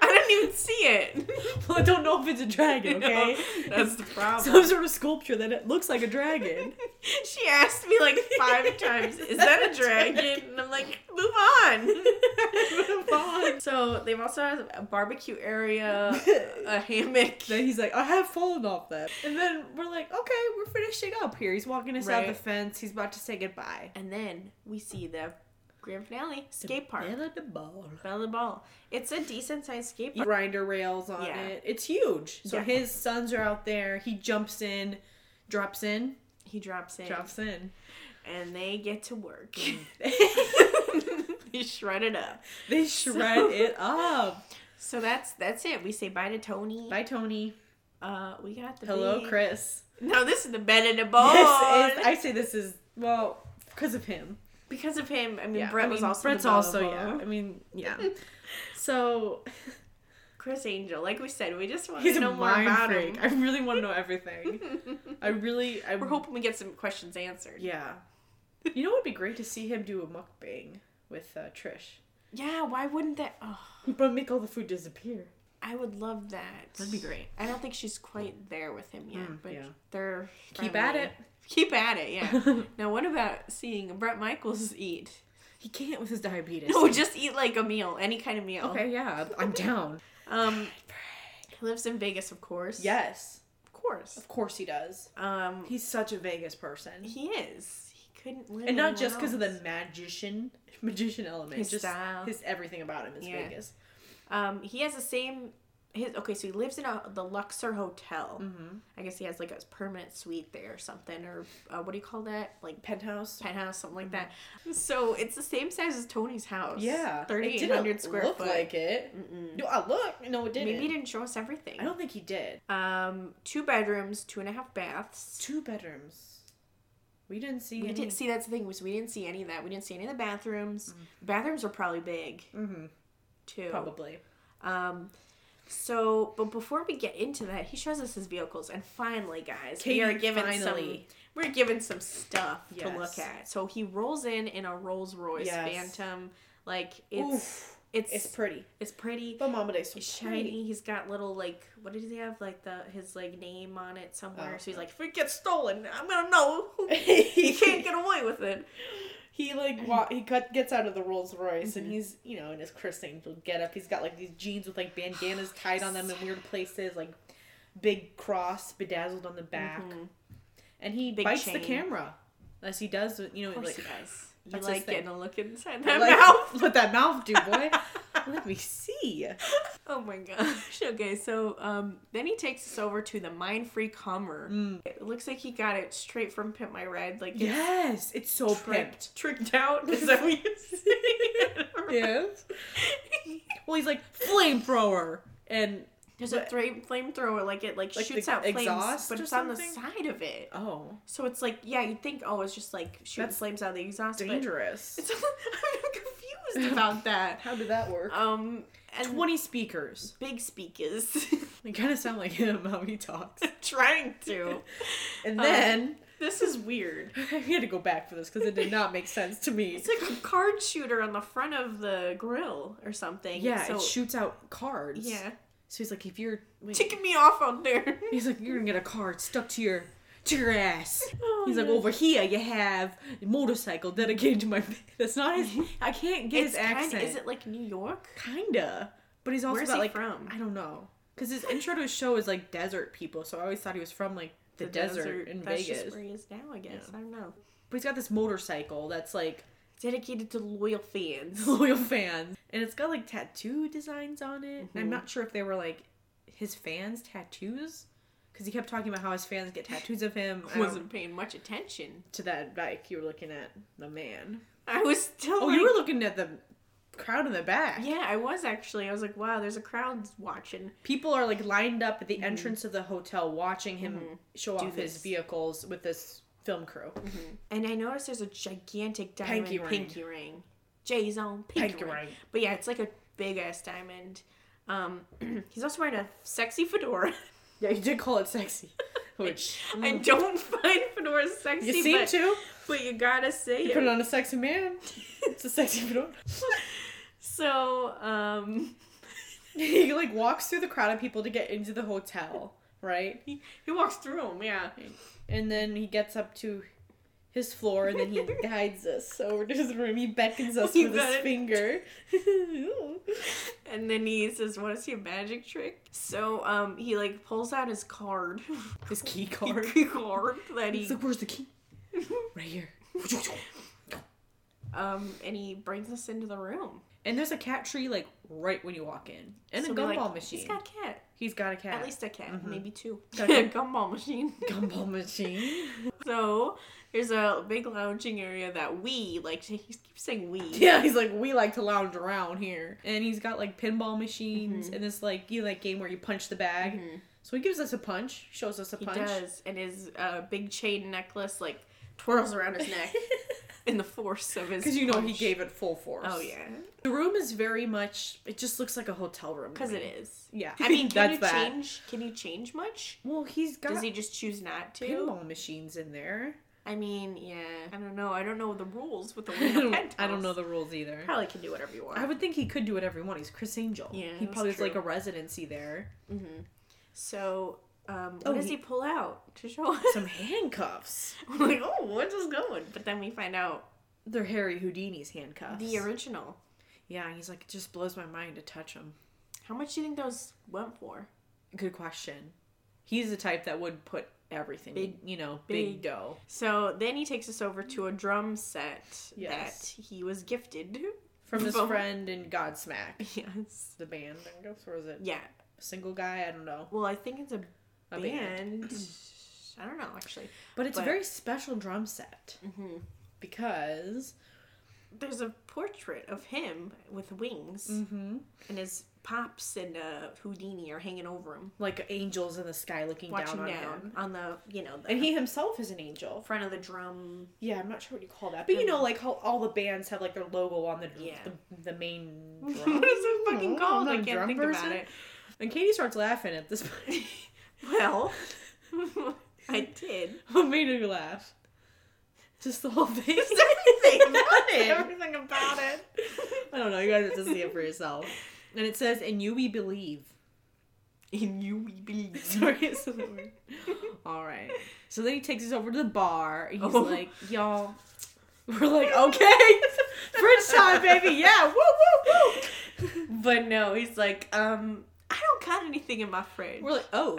I didn't even see it.
Well, I don't know if it's a dragon, okay?
No, that's the problem.
Some sort of sculpture that it looks like a dragon.
she asked me like five times, "Is that a dragon?" And I'm like, "Move on."
Move on.
So they've also have a barbecue area, a hammock.
then he's like, I have fallen off that. And then we're like, okay, we're finishing up here. He's walking us out
Right.
the fence. He's about to say goodbye.
And then we see the grand finale skate park.
And the ball.
Bella Ball. It's a decent sized skate park.
Grinder rails on
Yeah.
it. It's huge. So
Yeah.
his sons are out there. He jumps in, drops in,
He drops in
drops Mm. in.
and they get to work. they shred it up.
they shred
So-
it up.
So that's that's it. We say bye to Tony.
Bye, Tony.
Uh we got the
Hello,
big-
Chris.
No, this is the bed and the ball.
This is, I say this is well because of him.
because of him, I mean
Yeah,
Brett
I mean,
was also
Brett's
the bell
also
ball.
yeah. I mean yeah. so
Chris Angel, like we said, we just want
He's
to
a
know more
mind
about him.
freak. I really want to know everything. I really, I
We're hoping we get some questions answered.
Yeah. You know, it would be great to see him do a mukbang with uh, Trish.
Yeah, why wouldn't that? Oh,
But make all the food disappear.
I would love that.
great.
I don't think she's quite there with him yet,
Mm,
but
yeah.
they're
Keep
friendly.
at it.
Keep at it, yeah. now, what about seeing Brett Michaels eat?
He can't with his diabetes.
No, just eat like a meal, any kind of meal.
Okay, yeah, I'm down.
Um, he lives in Vegas, of course.
yes,
of course.
of course he does.
Um,
He's such a Vegas person,
he is. He couldn't live.
and not
anywhere
just because of
else.
the magician magician element.
His
just
style.
his everything about him is
Yeah.
Vegas.
Um, he has the same. His okay, so he lives in a, the Luxor Hotel.
Mm-hmm.
I guess he has like a permanent suite there or something, or uh, what do you call that? Like
Penthouse.
penthouse, something like that. So it's the same size as Tony's house.
Mm-hmm. Yeah, It
thirty eight
didn't
hundred square
look
foot.
like it.
Mm-mm.
No, I look. No, it didn't.
Maybe he didn't show us everything.
I don't think he did.
Um, two bedrooms, two and a half baths.
Two bedrooms. We didn't see.
We
any...
didn't see that's the thing was we didn't see any of that. We didn't see any of the bathrooms. The bathrooms are probably big
Mm-hmm.
too.
Mm. Probably.
Um, so but before we get into that, he shows us his vehicles, and finally, guys,
Katie,
we are given some.
finally.
We're given some stuff to
Yes.
look at. So he rolls in in a Rolls Royce
Yes.
Phantom. Like it's
Oof.
it's
It's
it's,
pretty.
pretty.
But Mama Day's so
It's
pretty.
shiny. He's got little like what did he have like the his like name on it somewhere.
Oh.
So he's like, if it gets stolen, I'm gonna know. he can't get away with it.
He like wa- he cut, gets out of the Rolls Royce
Mm-hmm.
and he's you know in his Chris Angel get up. He's got like these jeans with like bandanas tied on them in weird places, like big cross bedazzled on the back,
Mhm.
and he
Big
bites
chain.
the camera as he does. with- You know,
Of course
like
he does. You
that's his
like
thing.
getting a look inside
I
that
like-
mouth.
Let that mouth do, boy. Let me see.
Oh my gosh. Okay, so um, then he takes us over to the Mind Freak Hummer.
Mm.
It looks like he got it straight from Pimp My Ride. Like, it's
Yes, it's so Oh, pimp.
tricked, tricked out. Is that what you say?
Yes. Well, he's like flamethrower and
There's a thra- flamethrower, like it like,
Like
shoots
the
out flames,
exhaust
but
or
it's on the
something?
side of it.
oh,
So it's like, yeah, you'd think, oh, it's just like shooting
That's
flames out of the exhaust. But
dangerous.
it's, I'm confused about that.
How did that work?
Um, and
Twenty speakers.
big speakers
They kind of sound like him how he talks.
trying to.
And
Um,
then
This is weird.
we had to go back for this because it did not make sense to me.
It's like a card shooter on the front of the grill or something.
yeah,
so,
it shoots out cards.
yeah,
So he's like, if you're, wait.
ticking me off out there.
he's like, you're gonna get a card stuck to your, to your ass.
Oh,
He's like,
no.
over here you have a motorcycle dedicated to my. That's not his. I can't get
it's
his accent.
Kind of, is it like New York?
Kinda, but he's also
Where's
about
he
like
from?
I don't know, because his intro to his show is like desert people, so I always thought he was from like the, desert, in
That's
Vegas.
just where he is now, I guess. I don't know.
But he's got this motorcycle that's like
Dedicated to loyal fans.
loyal fans, and it's got like tattoo designs on it. And
Mm-hmm.
I'm not sure if they were like his fans' tattoos, because he kept talking about how his fans get tattoos of him. I don't-
Wasn't paying much attention.
to that bike. You were looking at the man.
I was still.
Oh,
like,
you were looking at the crowd in the back.
Yeah, I was actually. I was like, wow, there's a crowd watching.
People are like lined up at the entrance of the hotel watching him show
Mm-hmm. Do
off his
this.
vehicles with this film crew.
And I noticed there's a gigantic diamond
Pinky
pinky
ring.
ring. Jay's own pinky,
Pinky
ring.
ring.
But yeah, it's like a big ass diamond. Um, he's also wearing a sexy fedora.
Yeah, you did call it sexy. Which mm.
I don't find fedoras sexy,
you seem
but,
to.
but you gotta say
You
it.
put it on a sexy man. It's a sexy fedora.
so, um,
he like walks through the crowd of people to get into the hotel, right?
he, he walks through them, yeah.
And then he gets up to his floor and then he guides us over to his room. He beckons us
You
with his
got it.
finger.
And then he says, "Want to see a magic trick?" So, um, he like pulls out his card,
his key card.
Key card that
He's
he,
like, where's the key? right here.
um, and he brings us into the room.
And there's a cat tree like right when you walk in, and
So
a
we're
gumball
like,
machine.
He's got a cat.
a cat.
At least a cat, maybe two.
Got a
gumball machine.
gumball machine.
So there's a big lounging area that we like. He keeps saying we.
yeah, he's like we like to lounge around here, and he's got like pinball machines
Mm-hmm.
and this like you know, like game where you punch the bag. So he gives us a punch, shows us a
he
punch.
does, and his uh, big chain necklace like twirls around his neck in the force of his.
Because you know he
punch.
gave it full force.
Oh yeah,
The room is very much. It just looks like a hotel room. to
because
me.
it is.
Yeah.
I mean, can
That's
you
that.
change? Can you change much?
Well, he's got
Does he just choose not to?
pinball machines in there.
I mean, yeah. I don't know. I don't know the rules with the
I
Wheel
don't, I don't know the rules either.
Probably can do whatever you want.
I would think he could do whatever he wants. He's Chris Angel.
Yeah,
he
that's
probably has
true.
like a residency there.
So, um, what
Oh,
does
he-
he, pull out to show us?
Some handcuffs.
I'm like, oh, what's this going? But then we find out
They're Harry Houdini's handcuffs.
the original.
yeah, and he's like, it just blows my mind to touch him.
How much do you think those went for?
Good question. He's the type that would put everything,
Big-
you know, big
big-
dough.
So then he takes us over to a drum set
Yes.
that he was gifted.
from his
Boom.
friend in Godsmack,
Yes.
the band. I guess, or is it
Yeah.
a single guy? I don't know.
Well, I think it's a,
A band.
band. I don't know actually.
But it's
But-
a very special drum set
Mhm.
because
There's a portrait of him with wings,
mm-hmm,
and his pops and uh, Houdini are hanging over him,
like angels in the sky looking
watching
down on
down,
him.
on the you know the
And he himself is an angel.
front of the drum
Yeah, I'm not sure what you call that, but you know, like how all the bands have like their logo on the
Yeah.
the, the main drum.
what is it
Oh,
fucking
I'm
called?
not
I
a
can't
drum
think
person.
about it.
And Katie starts laughing at this.
Well, I did.
what made her laugh? Just the whole thing.
Everything about
it.
it. Everything about it.
I don't know. You guys have to see it for yourself. And it says, "And you we believe."
In E you we believe.
Sorry, it's the word. All right. So then he takes us over to the bar. He's
Oh.
like, y'all. We're like, okay, French time, baby. Yeah, woo, woo, woo.
But no, he's like, um, I don't got anything in my fridge.
We're like, oh.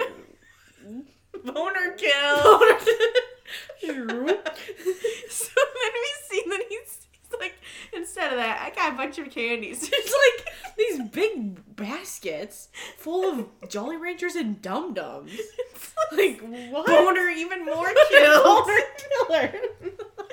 boner kill.
it's
so then we see that he's, he's like, instead of that, I got a bunch of candies.
like these big baskets full of Jolly Ranchers and Dum Dums.
It's
Like, what?
boner even more
Boner
kills.
killer.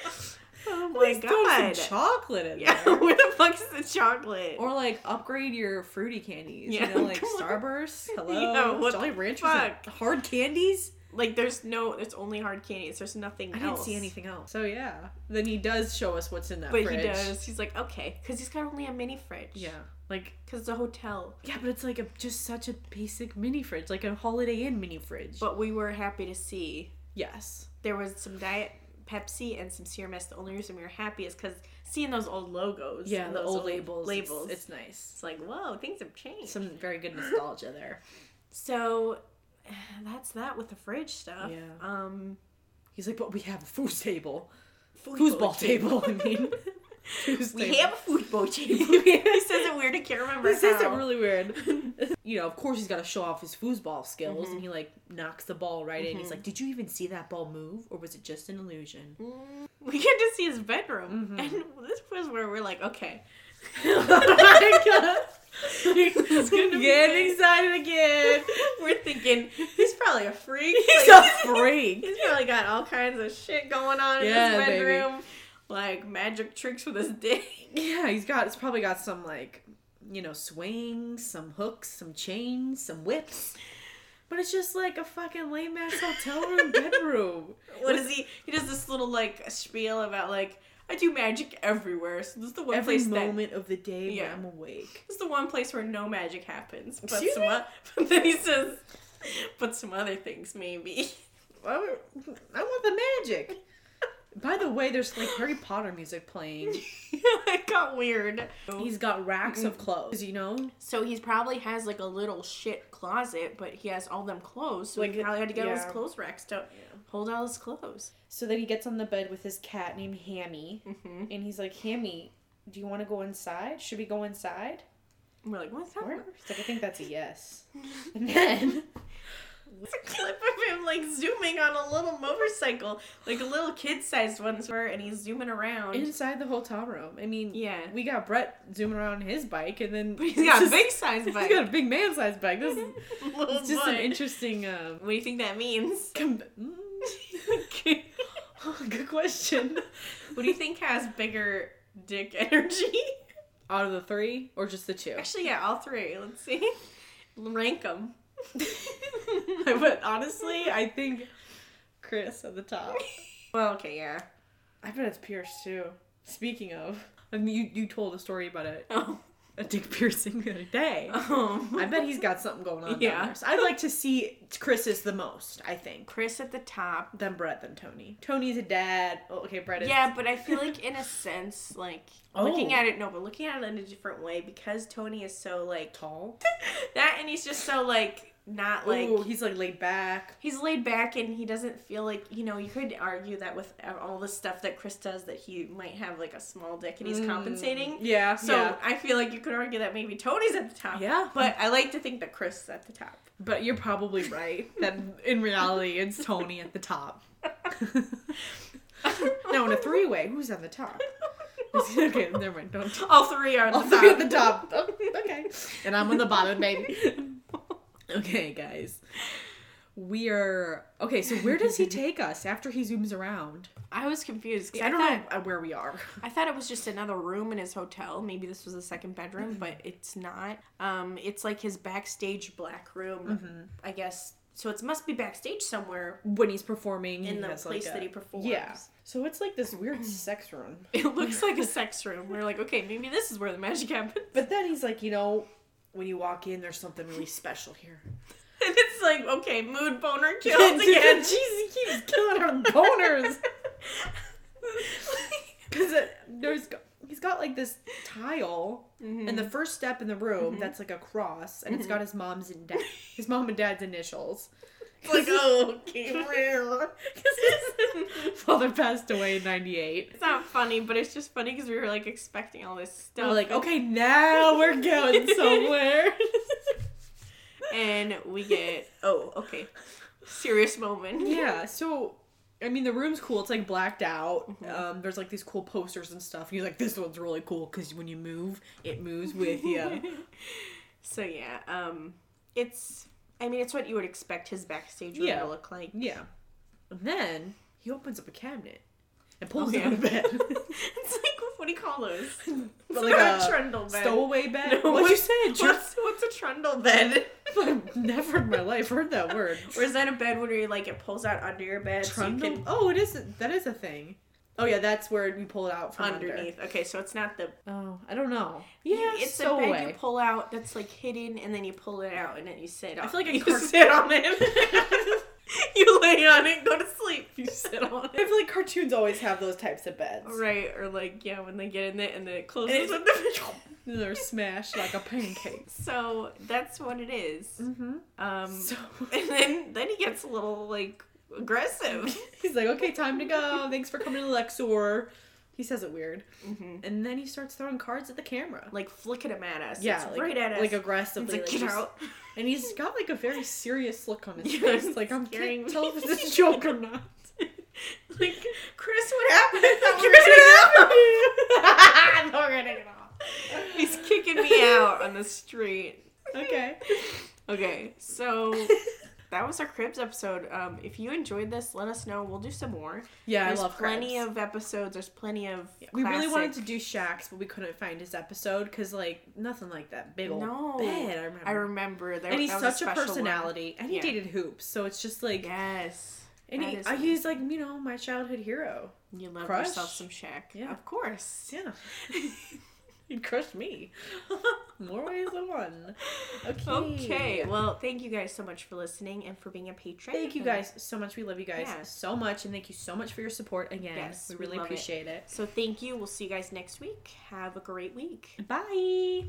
oh
At
my
least throw some
god.
chocolate in
Yeah,
there.
where the fuck is the chocolate?
Or like upgrade your fruity candies.
Yeah,
You know, like
come on.
Starburst, hello,
Yeah, what
Jolly
the
Ranchers, and
fuck?
hard candies.
Like there's no, it's only hard candies. There's nothing. else.
I didn't see anything else. So yeah, then he does show us what's in that
But
fridge.
he does. He's like, okay, because he's got only a mini fridge.
Yeah, like
because it's a hotel.
yeah, but it's like a, just such a basic mini fridge, like a Holiday Inn mini fridge.
But we were happy to see
yes,
there was some diet Pepsi and some CMS. The only reason we were happy is because seeing those old logos.
yeah,
and
the
those
old labels, it's-
Labels.
It's,
It's,
nice.
like whoa, things have changed.
Some very good nostalgia there.
so that's that with the fridge stuff.
Yeah.
Um,
He's like, but we have a food table,
food
foosball table. I mean, foos
We
table.
have a football table. he says it weird. I can't remember.
He says it
how.
really weird. you know, of course he's got to show off his foosball skills, and he like knocks the ball right in. He's like, "Did you even see that ball move, or was it just an illusion?"
We get to see his
Mm-hmm.
bedroom, and this was where we're like, okay, It's gonna be
Getting
big.
excited again.
we're thinking he's probably a freak.
He's a
Like,
freak.
he's probably got all kinds of shit going on
Yeah,
in his
baby.
bedroom, like magic tricks with his dick.
Yeah, he's got. It's probably got some like, you know, swings, some hooks, some chains, some whips. But it's just like a fucking lame ass hotel room bedroom.
What is he? He does this little like spiel about like I do magic everywhere, so this is the one
Every
place that.
moment of the day when
Yeah.
I'm awake.
This is the one place where no magic happens, but
Excuse
some
me?
o- but then he says, but some other things maybe.
I want- I want the magic. By the way, there's like Harry Potter music playing.
it got weird.
He's got racks of clothes, you know?
So he's probably has like a little shit closet, but he has all them clothes. So he
Like,
probably had to get all his
yeah.
clothes racks to hold all his clothes.
So then he gets on the bed with his cat named Hammy.
Mm-hmm.
And he's like, Hammy, do you want to go inside? Should we go inside?
And we're like, what's that?
Or- He's like, I think that's a yes. And then
What's a clip of him like zooming on a little motorcycle, like a little kid-sized one, somewhere, and he's zooming around.
inside the hotel room. I mean,
Yeah.
we got Brett zooming around his bike, and then
But he's got a
just-
big size bike.
He's got a big man sized bike. This is
Little
it's just some
boy.
interesting. Um,
What do you think that means?
com- mm. Good question.
What do you think has bigger dick energy?
Out of the three, or just the two?
Actually, yeah, all three. Let's see. Rank them.
but honestly, I think Chris at the top.
well, okay, yeah.
I bet it's pierced too. Speaking of, I mean, you you told a story about a,
Oh.
a dick piercing the other day.
Um,
I bet he's got something going on. Yeah.
Yeah.
Down there. So I'd like to see Chris's the most. I think.
Chris at the top.
Then Brett, then Tony. Tony's a dad. Oh, okay, Brett is.
Yeah, but I feel like in a sense, like looking
Oh.
at it, no, but looking at it in a different way because Tony is so like
tall.
that, and he's just so like not like
Ooh, he's like laid back.
he's laid back and he doesn't feel like you know you could argue that with all the stuff that Chris does that he might have like a small dick and he's
Mm.
compensating.
Yeah.
So
yeah.
I feel like you could argue that maybe Tony's at the top.
Yeah.
but I like to think that Chris is at the top.
But you're probably right that in reality it's Tony at the top. no, in a three way, who's at the top? okay, never mind. Don't.
All three are at
All
the top.
three at the top. Okay. And I'm on the bottom, baby. Okay, guys. We are. Okay, so where does he take us after he zooms around?
I was confused. 'cause
I don't
thought-
know where we are.
I thought it was just another room in his hotel. Maybe this was the second bedroom,
Mm-hmm.
but it's not. Um, it's like his backstage black room,
Mm-hmm.
I guess. So it must be backstage somewhere
When he's performing
in
he
the
has,
place
like, a-
that he performs.
Yeah. So it's like this weird sex room.
It looks like a sex room. We're like, okay, maybe this is where the magic happens.
But then he's like, you know, when you walk in, there's something really special here.
And it's like, okay, mood boner kills again.
Jeez, he keeps killing our boners. Because uh, there's he's got like this tile,
Mm-hmm.
and the first step in the room that's like a cross, and it's got his mom's and dad, his mom and dad's initials.
It's like, oh, okay, rare.
'Cause his father passed away in '98.
It's not funny, but it's just funny because we were like expecting all this stuff.
We're like, okay, now we're going somewhere.
and we get, oh, okay, serious moment.
yeah. So. I mean, the room's cool. It's like blacked out.
Mm-hmm.
Um, there's like these cool posters and stuff. And you're like, this one's really cool because when you move, it moves with you.
So yeah, um, it's. I mean, it's what you would expect his backstage room
Yeah.
to look like.
Yeah. And then he opens up a cabinet and pulls
Okay.
down a bed.
it's like what do you call those? It's
But like
not
a
trundle bed.
Stowaway bed.
No,
What'd you
what-
say? A tr-
What's, what's a trundle bed?
I've never in my life heard that word.
Or is that a bed where you like it pulls out under your bed so
Trundle.
you can
Oh, it is. That is a thing. Oh yeah, that's where you pull it out from underneath.
underneath? Okay, so it's not the
Oh, I don't know. Yeah,
it's a bed you
stowaway.
pull out that's like hidden, and then you pull it out and then you sit. on
feel like a
you
cart-
sit on it. you lay on it, go to sleep. You sit on
I
it.
feel like cartoons always have those types of beds.
Right, or like yeah, when they get in it and then it
And
closes
it's-
with the.
And They're smashed like a pancake.
So that's what it is.
Mm-hmm.
Um,
So
and then then he gets a little like aggressive.
he's like, "Okay, time to go. Thanks for coming to Lexor." He says it weird,
Mhm.
and then he starts throwing cards at the camera.
Like flicking him at us.
Yeah,
It's
like,
right at us.
like
It's
aggressively.
like,
like,
get
just-
out.
And he's got like a very serious look on his
Yeah,
face.
it's
Like I'm
scaring
can't
me.
tell if this is a joke or not.
like Chris, what happened? I thought we were gonna
Chris, what happened?
get off. He's kicking me out on the street.
okay.
Okay, so that was our Cribs episode. Um, if you enjoyed this, let us know. We'll do some more.
Yeah,
there's
I love
plenty
Krebs.
of episodes. There's plenty of.
We really wanted to
classic-
do Shax, but we couldn't find his episode because like nothing like that big old
No,
bed. I remember.
I remember. There,
and he's
that was
such a,
special one.
personality, and he
Yeah.
dated hoops, so it's just like,
Yes.
and
that
he,
is
uh,
nice.
he's like, you know, my childhood hero.
You love
Crush?
yourself some Shaq.
Yeah.
Of course.
Yeah, he crushed me more ways than one. Okay.
okay. Well, thank you guys so much for listening and for being a patron.
Thank you
And
guys so much. We love you guys
Yeah.
so much, and thank you so much for your support again.
Yes,
we
we
really
love it.
appreciate it.
So thank you. We'll see you guys next week. Have a great week.
Bye.